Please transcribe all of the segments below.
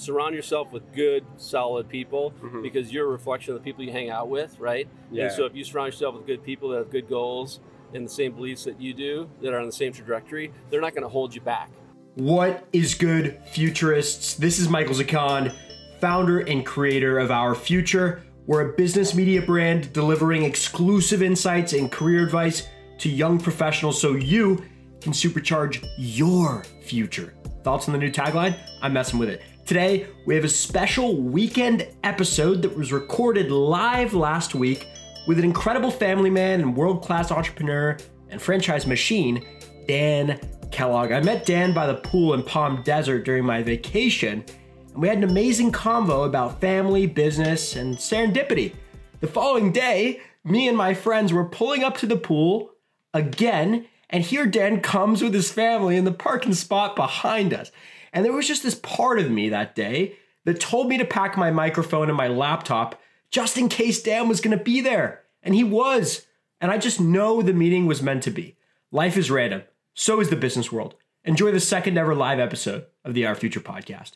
surround yourself with good, solid people Mm-hmm. Mhm. because you're a reflection of the people you hang out with, right? Yeah. And so if you surround yourself with good people that have good goals and the same beliefs that you do, that are on the same trajectory, they're not going to hold you back. What is good, futurists? This is Michael Zakan, founder and creator of Our Future. We're a business media brand delivering exclusive insights and career advice to young professionals so you can supercharge your future. Thoughts on the new tagline? I'm messing with it. Today, we have a special weekend episode that was recorded live last week with an incredible family man and world class entrepreneur and franchise machine, Dan Kellogg. I met Dan by the pool in Palm Desert during my vacation, and we had an amazing convo about family, business, and serendipity. The following day, me and my friends were pulling up to the pool again, and here Dan comes with his family in the parking spot behind us. And there was just this part of me that day that told me to pack my microphone and my laptop just in case Dan was going to be there. And he was. And I just know the meeting was meant to be. Life is random. So is the business world. Enjoy the second ever live episode of the Our Future podcast.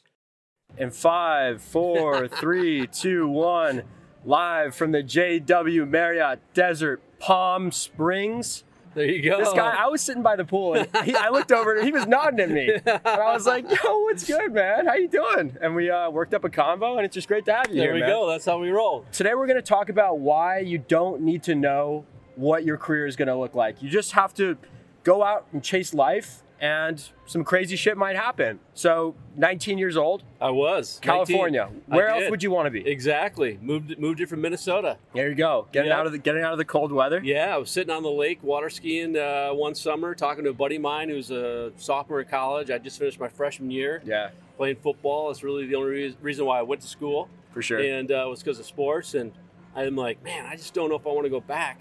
And five, four, three, two, one, live from the JW Marriott Desert Palm Springs. There you go. This guy, Oh. I was sitting by the pool and he, I looked over and he was nodding at me. And I was like, yo, what's good, man? How you doing? And we uh, worked up a convo and it's just great to have you there here, we man. go. That's how we roll. Today we're going to talk about why you don't need to know what your career is going to look like. You just have to go out and chase life and some crazy shit might happen. So, 19 years old, I was 19. California. I Where else did. would you want to be? Exactly. Moved moved here from Minnesota. There you go. Getting Yeah. out of the getting out of the cold weather. Yeah, I was sitting on the lake water skiing uh, one summer, talking to a buddy of mine who's a sophomore at college. I just finished my freshman year Yeah, playing football. That's really the only re- reason why I went to school, for sure. and uh, it was because of sports. And I'm like, man, I just don't know if I want to go back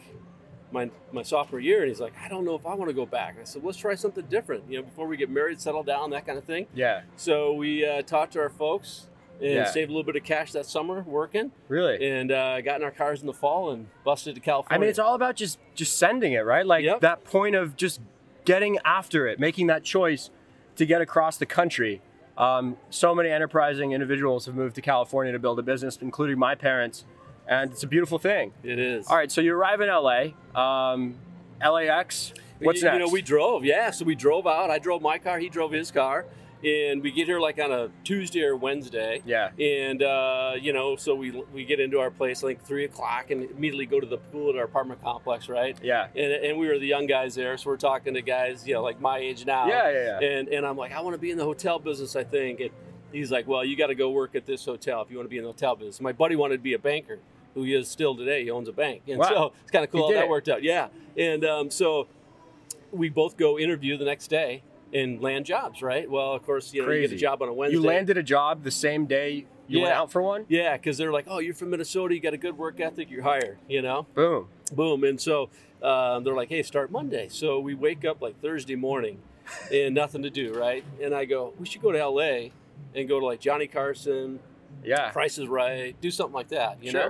my my sophomore year. And he's like, I don't know if I want to go back. And I said, let's try something different, you know, before we get married, settle down, that kind of thing. yeah, So we uh, talked to our folks and Yeah. saved a little bit of cash that summer working, really. and uh, got in our cars in the fall and busted to California. I mean, it's all about just just sending it, right? Like Yep. that point of just getting after it, making that choice to get across the country. Um, so many enterprising individuals have moved to California to build a business, including my parents, and it's a beautiful thing. it is. All right, so you arrive in LA, um, LAX. What's you, next? You know, we drove. Yeah, so we drove out. I drove my car. He drove his car, and we get here like on a Tuesday or Wednesday. yeah, And uh, you know, so we we get into our place like three o'clock, and immediately go to the pool at our apartment complex, right? yeah, And, and we were the young guys there, so we're talking to guys, you know, like my age now. yeah, yeah, yeah. And and I'm like, I want to be in the hotel business. I think. And he's like, Well, you got to go work at this hotel if you want to be in the hotel business. My buddy wanted to be a banker, who he is still today. He owns a bank, and Wow. so it's kind of cool He how did that it. worked out. Yeah. And um, so we both go interview the next day and land jobs. Right. Well, of course, you know, you get a Crazy. job on a Wednesday. You landed a job the same day you went Yeah. out for one. Yeah, because they're like, Oh, you're from Minnesota. You got a good work ethic. You're hired. You know. Boom. boom and so um, they're like hey start monday so we wake up like thursday morning and nothing to do right and i go we should go to la and go to like johnny carson Yeah. price is right do something like that you sure.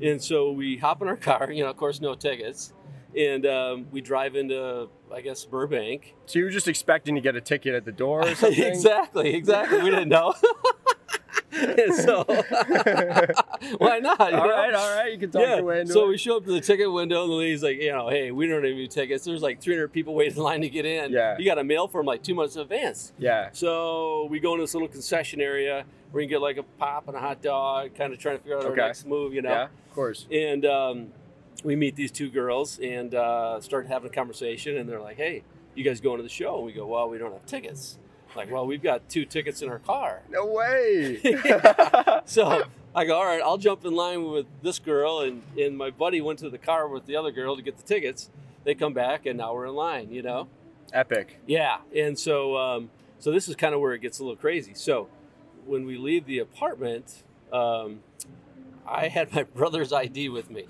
know and so we hop in our car you know of course no tickets and um, we drive into i guess burbank So you were just expecting to get a ticket at the door or something? exactly exactly we didn't know and so why not you all know? right, all right. You can talk your way into so it. we show up to the ticket window, and the lady's like, you know, hey, we don't have any tickets. There's like 300 people waiting in line to get in. Yeah. You got to mail for them like two months in advance. yeah. So we go into this little concession area where you can get like a pop and a hot dog, kind of trying to figure out Okay. our next move, you Yeah. know? Of course. And um, we meet these two girls and uh, start having a conversation, and they're like, hey, you guys going to the show? And we go, well, we don't have tickets. Like, well, we've got two tickets in our car. No way. So I go, all right, I'll jump in line with this girl, and and my buddy went to the car with the other girl to get the tickets. They come back, and now we're in line. You know, Epic. yeah. And so, um, so this is kind of where it gets a little crazy. So when we leave the apartment, um, I had my brother's ID with me.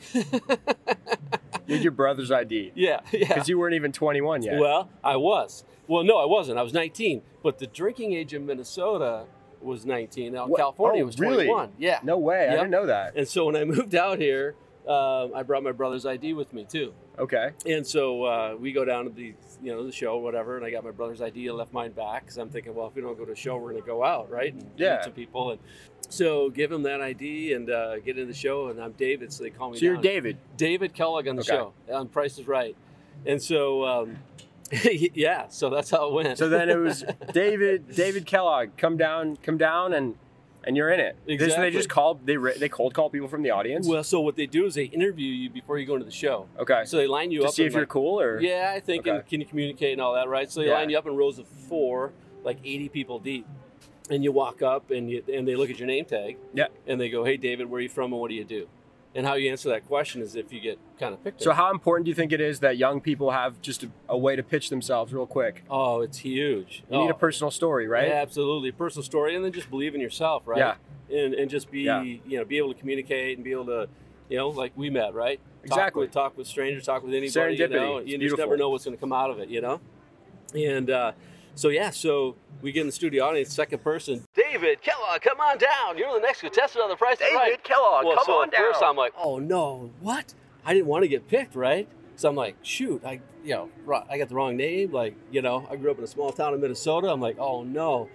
You had your brother's ID yeah, yeah. because you weren't even 21 yet. Well, I was. Well, no, I wasn't. I was 19, but the drinking age in Minnesota was 19. Now in What? California, Oh, it was really? 21. Yeah. no way. I Yep. didn't know that. And so when I moved out here uh, I brought my brother's ID with me too. Okay. And so uh, we go down to the you know the show or whatever, and I got my brother's ID and left mine back because I'm thinking, well, if we don't go to a show, we're gonna go out, right? And Yeah. Meet some people, and so give him that ID and uh, get in the show, and I'm David, so they call me. So you're down. David. David Kellogg on the Okay. show on Price is Right, and so um, yeah, so that's how it went. So then it was David David Kellogg. Come down, come down, and and you're in it. This- Exactly. they just call they ra- they cold call people from the audience. well, so what they do is they interview you before you go into the show. okay. So they line you to up see and, if you're like, cool or Yeah, I think, and Okay. can you communicate and all that, right? So they Yeah. line you up in rows of four, like 80 people deep, and you walk up and you, and they look at your name tag. Yeah. And they go, "Hey, David, where are you from, and what do you do?" And how you answer that question is if you get kind of picked. So up. how important do you think it is that young people have just a, a way to pitch themselves real quick? oh, it's huge. You need a personal story, right? right? absolutely, personal story, and then just believe in yourself, right? Yeah. And and just be Yeah. you know be able to communicate and be able to. You know, like we met, right? Talk Exactly. with, talk with strangers, talk with anybody. You Serendipity. know, It's you just beautiful. never know what's going to come out of it. You know, and uh, so yeah, so we get in the studio audience, second person. David Kellogg, come on down. You're the next contestant on The Price is Right. Kellogg, Well, so at first I'm like, oh no, what? I didn't want to get picked, right? So I'm like, shoot, I you know, ro- I got the wrong name. Like, you know, I grew up in a small town in Minnesota. I'm like, oh no.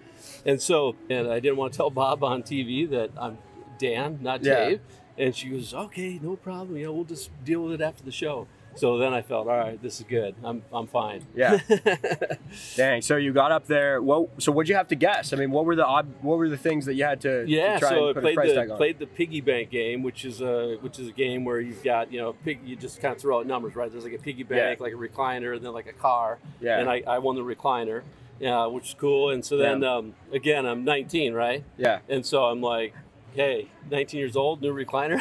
And so, and I didn't want to tell Bob on TV that I'm Dan, not Yeah. Dave. And she goes, okay, no problem. You know, we'll just deal with it after the show. So then I felt, all right, this is good. I'm, I'm fine. yeah. Dang. So you got up there. What? So what'd you have to guess? I mean, what were the ob- what were the things that you had to, to Yeah, try so I and put a played price tag the on? played the piggy bank game, which is a which is a game where you've got you know pig, you just kind of throw out numbers, right? There's like a piggy bank, like a recliner, and then like a car. Yeah. And I, I won the recliner, uh, which is cool. And so then um, again, I'm 19, right? yeah. And so I'm like, hey, 19 years old, new recliner.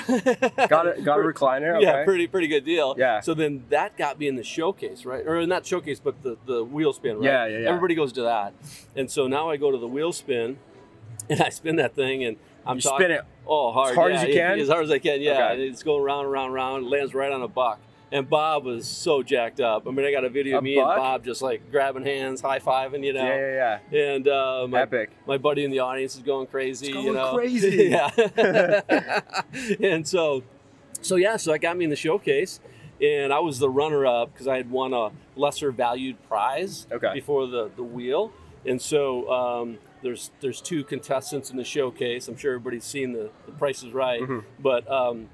Got a got a recliner. Okay. Yeah, pretty pretty good deal. Yeah. So then that got me in the showcase, right? Or not showcase, but the the wheel spin, right? Yeah, yeah, yeah. Everybody goes to that, and so now I go to the wheel spin, and I spin that thing, and I'm You talking, spin it. Oh, hard. As hard yeah, as you it- can? As hard as I can. Yeah. Okay. And it's going round and round and round. It lands right on a buck. And Bob was so jacked up. I mean, I got a video A of me buck? and Bob just like grabbing hands, high fiving, you know. Yeah, yeah, And uh, my, Epic. my buddy in the audience is going crazy. It's you going know? crazy. yeah. and so, so yeah, so that got me in the showcase, and I was the runner-up because I had won a lesser valued prize Okay. before the the wheel. And so um, there's there's two contestants in the showcase. I'm sure everybody's seen the, the Price is Right, Mm-hmm. but um,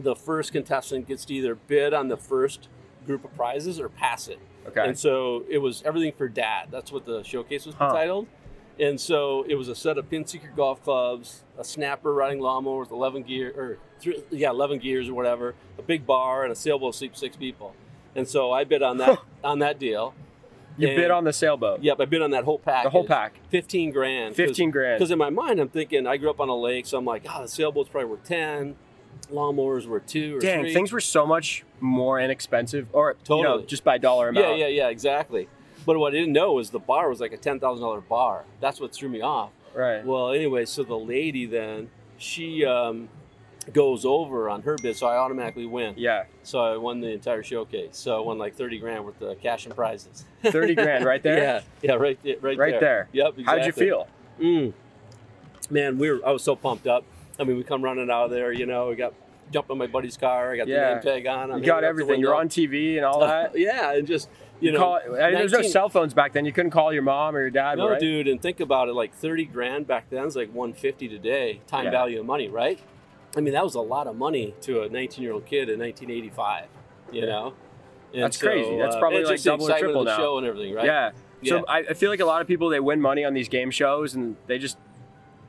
the first contestant gets to either bid on the first group of prizes or pass it. Okay. And so it was everything for dad. That's what the showcase was Huh. entitled. And so it was a set of pin seeker golf clubs, a snapper riding lawnmower with eleven gear or three, yeah eleven gears or whatever, a big bar and a sailboat sleep six people. And so I bid on that on that deal. You And- bid on the sailboat. Yep, I bid on that whole pack. The whole pack. Fifteen grand. 15 grand. Because in my mind, I'm thinking I grew up on a lake, so I'm like, oh, the sailboat's probably worth ten, lawnmowers were two or Dang, three. things were so much more inexpensive, or you know, Totally. just by dollar amount. Yeah, yeah, yeah, exactly. But what I didn't know was the bar was like a ten thousand dollar bar. That's what threw me off. Right. Well, anyway, so the lady then she um, goes over on her bid, so I automatically win. yeah. So I won the entire showcase. So I won like thirty grand worth of cash and prizes. 30 grand right there? Yeah, yeah, right, there, right, Right there. Yep. Exactly. How'd you feel? Mm. Man, we were. I was so pumped up. I mean, we come running out of there. You know, we got jumped in my buddy's car. I got Yeah. the name tag on. I'm you hanging got out the everything. You're window. on TV and all that. yeah, and just you, know, call, I mean, there's no 19 cell phones back then. You couldn't call your mom or your dad, No, right? dude, and think about it. Like thirty grand back then is like one fifty today. Time Yeah. value of money, right? I mean, that was a lot of money to a nineteen-year-old kid in nineteen eighty-five. You know, And uh, That's crazy. That's probably it's like just the double or excitement of triple the now. Show and everything, right? Yeah. Yeah. So I, I feel like a lot of people they win money on these game shows and they just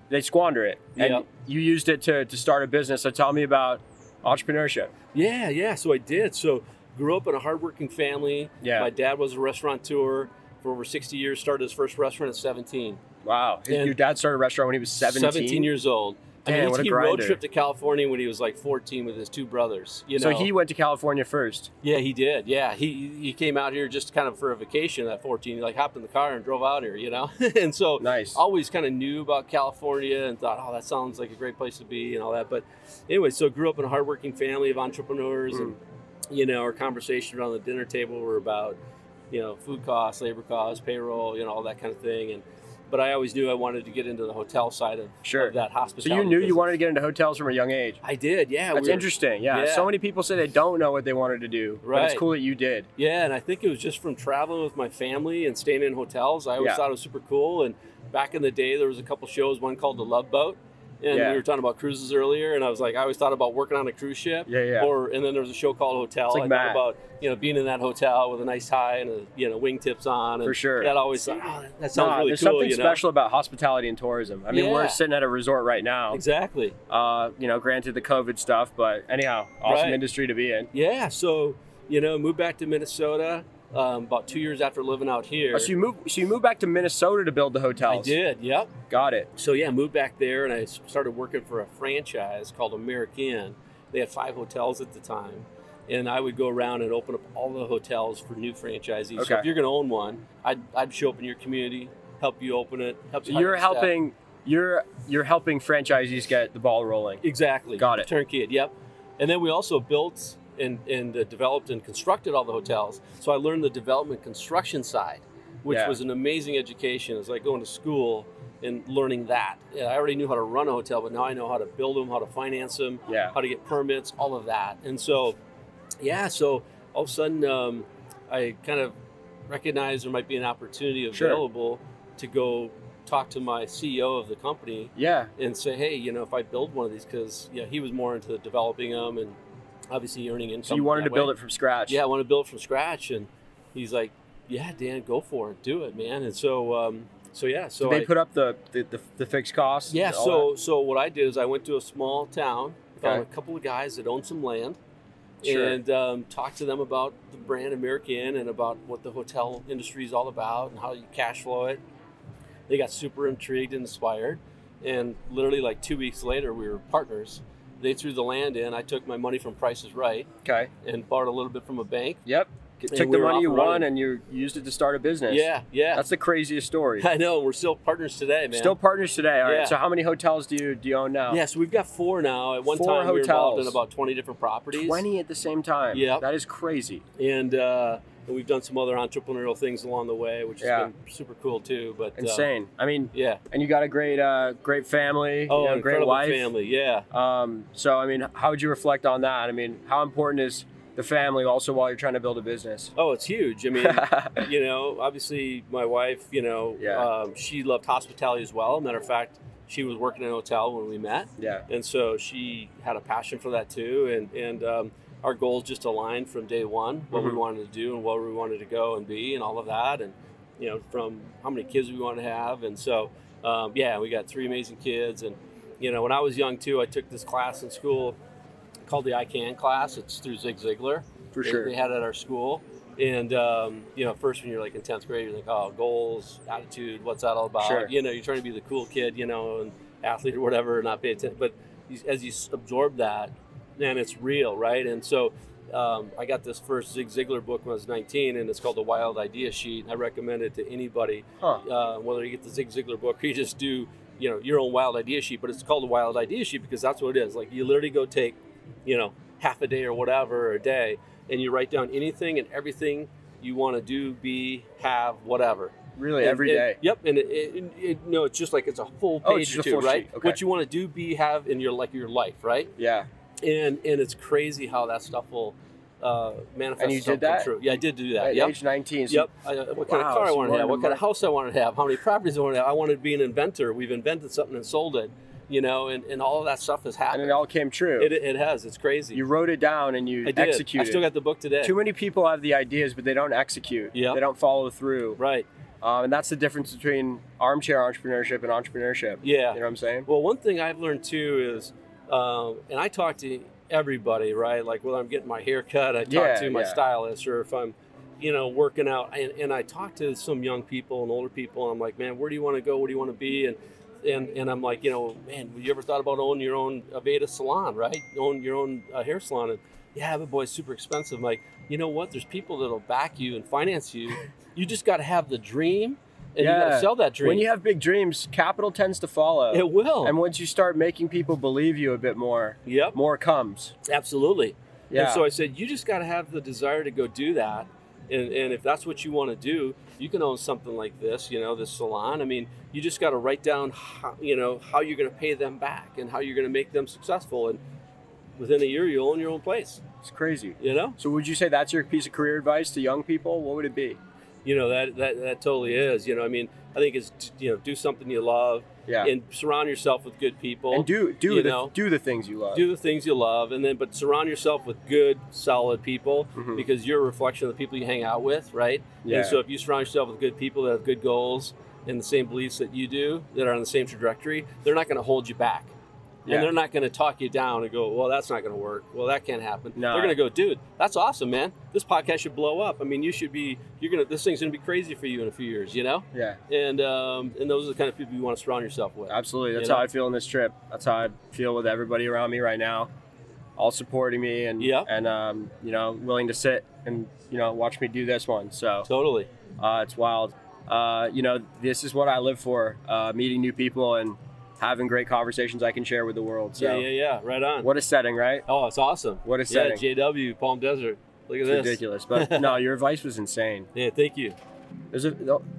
they squander it. And Yep. you used it to, to start a business. So tell me about entrepreneurship. Yeah, yeah. So I did. So grew up in a hardworking family. Yeah. My dad was a restaurateur for over sixty years. Started his first restaurant at seventeen. Wow. His- And- your dad started a restaurant when he was 17. 17 years old. Damn, I mean, what a he, he road grinder. tripped to California when he was like 14 with his two brothers. You So know, he went to California first. Yeah, he did. Yeah, he he came out here just kind of for a vacation at 14. He like hopped in the car and drove out here, you know. and so Nice. always kind of knew about California and thought, oh, that sounds like a great place to be and all that. But anyway, so grew up in a hardworking family of entrepreneurs, Mm. and you know, our conversations around the dinner table were about you know food costs, labor costs, payroll, you know, all that kind of thing, and but I always knew I wanted to get into the hotel side of, Sure. of that So hospitality. you knew you business. wanted to get into hotels from a young age. I did, yeah. That's we were- interesting. Yeah. yeah. So many people say they don't know what they wanted to do. But it's Right. cool that you did. Yeah, and I think it was just from traveling with my family and staying in hotels. I always Yeah. thought it was super cool. And back in the day, there was a couple shows. One called the Love Boat, and Yeah. we were talking about cruises earlier. And I was like, I always thought about working on a cruise ship. Yeah, yeah. Or and then there was a show called Hotel. It's like I Matt. thought about you know being in that hotel with a nice tie and a, you know wingtips on. And For sure. That always like, oh, that sounds Nah, really there's cool. something you know? special about hospitality and tourism. I mean, we're Yeah. sitting at a resort right now. Exactly. Uh, you know, granted the COVID stuff, but anyhow, awesome Right. industry to be in. Yeah. So you know, moved back to Minnesota um, about two years after living out here. Oh, so you moved. So you moved back to Minnesota to build the I hotels. did. Yep. Got it. So yeah, moved back there, and I s- started working for a franchise called American. They had five hotels at the time, and I would go around and open up all the hotels for new franchisees. So Okay. if you're going to own one, I'd, I'd show up in your community, help you open it. Help So you hire you're the staff. helping. You're you're helping franchisees get the ball rolling. Exactly. Got it. Turnkey it. Yep. And then we also built and and uh, developed and constructed all the hotels. So I learned the development construction side, which Yeah. was an amazing education. It's like going to school and learning that. Yeah, I already knew how to run a hotel, but now I know how to build them, how to finance them, Yeah. how to get permits, all of that. And so, yeah. So all of a sudden, um, I kind of recognized there might be an opportunity Sure. available to go talk to my CEO of the company Yeah. and say, hey, you know, if I build one of these, because yeah, he was more into developing them and obviously earning income. So you wanted to build it from scratch. Yeah, I want to build it from scratch, and he's like, yeah, Dan, go for it, do it, man. And so, um, so yeah, so Did they I- put up the the, the, the fixed costs. yeah, and all so so what I did is I went to a small town, found Okay. a couple of guys that owned some land, Sure. and um, talked to them about the brand American and about what the hotel industry is all about and how you cash flow it. They got super intrigued and inspired, and literally like two weeks later, we were partners. They threw the land in. I took my money from Price is Right that? Okay. and borrowed a little bit from a bank. Yep. And Took we the were money off you and won running. and you used it to start a business. Yeah, yeah. That's the craziest story. I know. We're still partners today, man. Still partners today. All right. Yeah. So how many hotels do you do you own now? Yeah, so we've got four now. At one Four time, we were involved in hotels. about 20 different properties. Twenty at the same time. Yep. That is crazy. and uh, and we've done some other entrepreneurial things along the way, which has Yeah. been super cool too. But uh, Insane. I mean, yeah. and you got a great uh, great family. Oh, you know, an great incredible wife. family. Yeah. Um, so I mean, how would you reflect on that? I mean, how important is the family also while you're trying to build a business? Oh, it's huge. I mean, you know, obviously my wife, you know, Yeah. um, she loved hospitality as well. Matter of fact, she was working in a hotel when we met, yeah. and so she had a passion for that too. And and um, our goals just aligned from day one, what Mhm. we wanted to do and where we wanted to go and be, and all of that, and you know, from how many kids we want to have, and so um, yeah, we got three amazing kids. And you know, when I was young too, I took this class in school called the ICANN class. It's through Zig Ziglar. For They- sure. They had it at our school. And, um, you know, first when you're like in 10th grade, you're like, oh, goals, attitude, what's that all about? Sure. You know, you're trying to be the cool kid, you know, and athlete or whatever, not pay attention. But you- as you s- absorb that, then it's real, right? And so um, I got this first Zig Ziglar book when I was 19, and it's called The Wild Idea Sheet. I recommend it to anybody Huh. uh, whether you get the Zig Ziglar book or you just do, you know, your own wild idea sheet. But it's called a wild idea sheet because that's what it is. Like you literally go take, you know, half a day or whatever, or a day, and you write down anything and everything you want to do, be, have, whatever. Really, And- Oh, every and- day. Yep. And it, it, it- no, it's just like it's a full Oh, page it's just a or two, full right? sheet. Okay. What you want to do, be, have in your like your life, right? Yeah. And and it's crazy how that stuff will uh, manifest. And you itself did that? True. Yeah, I did do that. At yep. age 19. So Yep. I, uh, what kind Wow, of car I wanted to so you have, wanted what to kind mar- of house I wanted to have, how many properties I wanted to have. I wanted to be an inventor. We've invented something and sold it, you know, and, and all of that stuff has And happened. it all came true. it, it has. It's crazy. you wrote it down and you I did. executed. I still got the book today. Too many people have the ideas, but they don't execute. Yep. They don't follow through. right. Um, and that's the difference between armchair entrepreneurship and entrepreneurship. Yeah. You know what I'm saying? Well, one thing I've learned too is, um, and I talk to everybody, right? Like whether I'm getting my hair cut, I talk Yeah, to my yeah. stylist, or if I'm, you know, working out, and, and I talk to some young people and older people, and I'm like, man, where do you want to go? Where do you want to be? And and and I'm like, you know, man, have you ever thought about owning your own Aveda salon, right? Own your own uh, hair salon, and yeah, but boy, it's super expensive. I'm like, you know what? There's people that'll back you and finance you. You just got to have the dream, and you got Yeah. to sell that dream. When you have big dreams, capital tends to follow. it will. And once you start making people believe you a bit more, yep. more comes. Absolutely. Yeah. And so I said, you just got to have the desire to go do that. And, and if that's what you want to do, you can own something like this, you know, this salon. I mean, you just got to write down, how, you know, how you're going to pay them back and how you're going to make them successful. And within a year, you'll own your own place, It's crazy. you know? So would you say that's your piece of career advice to young people? What would it be? You know, that, that, that totally is, you know, I mean, I think it's, you know, do something you love Yeah. and surround yourself with good people. and do do you the know. do the things you love. do the things you love and then but surround yourself with good solid people Mhm. because you're a reflection of the people you hang out with right Yeah. and so if you surround yourself with good people that have good goals and the same beliefs that you do that are on the same trajectory they're not going to hold you back Yeah. and they're not going to talk you down and go well that's not going to work well that can't happen No. they're going to go dude that's awesome man this podcast should blow up i mean you should be you're going to this thing's going to be crazy for you in a few years you know yeah. and um, and those are the kind of people you want to surround yourself with Absolutely. That's You know? how I feel on this trip. That's how I feel with everybody around me right now, all supporting me and Yeah. and um, you know willing to sit and you know watch me do this one. So totally uh, it's wild. Uh, you know, this is what I live for: uh, meeting new people and having great conversations I can share with the world. So yeah yeah yeah right on what a setting, right? Oh, it's awesome. What a yeah, setting. JW, Palm Desert. Look at It's this. ridiculous, but no, your advice was insane. Yeah, thank you. There's a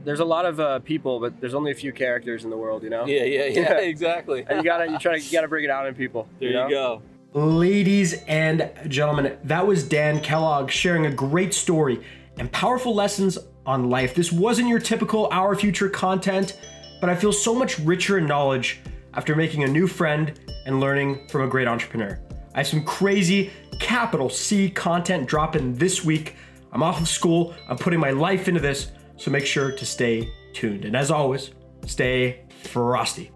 there's a lot of uh, people, but there's only a few characters in the world, you know. Yeah, yeah, Yeah. yeah, exactly. And you gotta you try to you gotta bring it out in people. there know? you go. Ladies and gentlemen, that was Dan Kellogg sharing a great story and powerful lessons on life. This wasn't your typical Our Future content, but I feel so much richer in knowledge after making a new friend and learning from a great entrepreneur. I have some crazy capital C content dropping this week. I'm off of school, I'm putting my life into this, so make sure to stay tuned. And as always, stay frosty.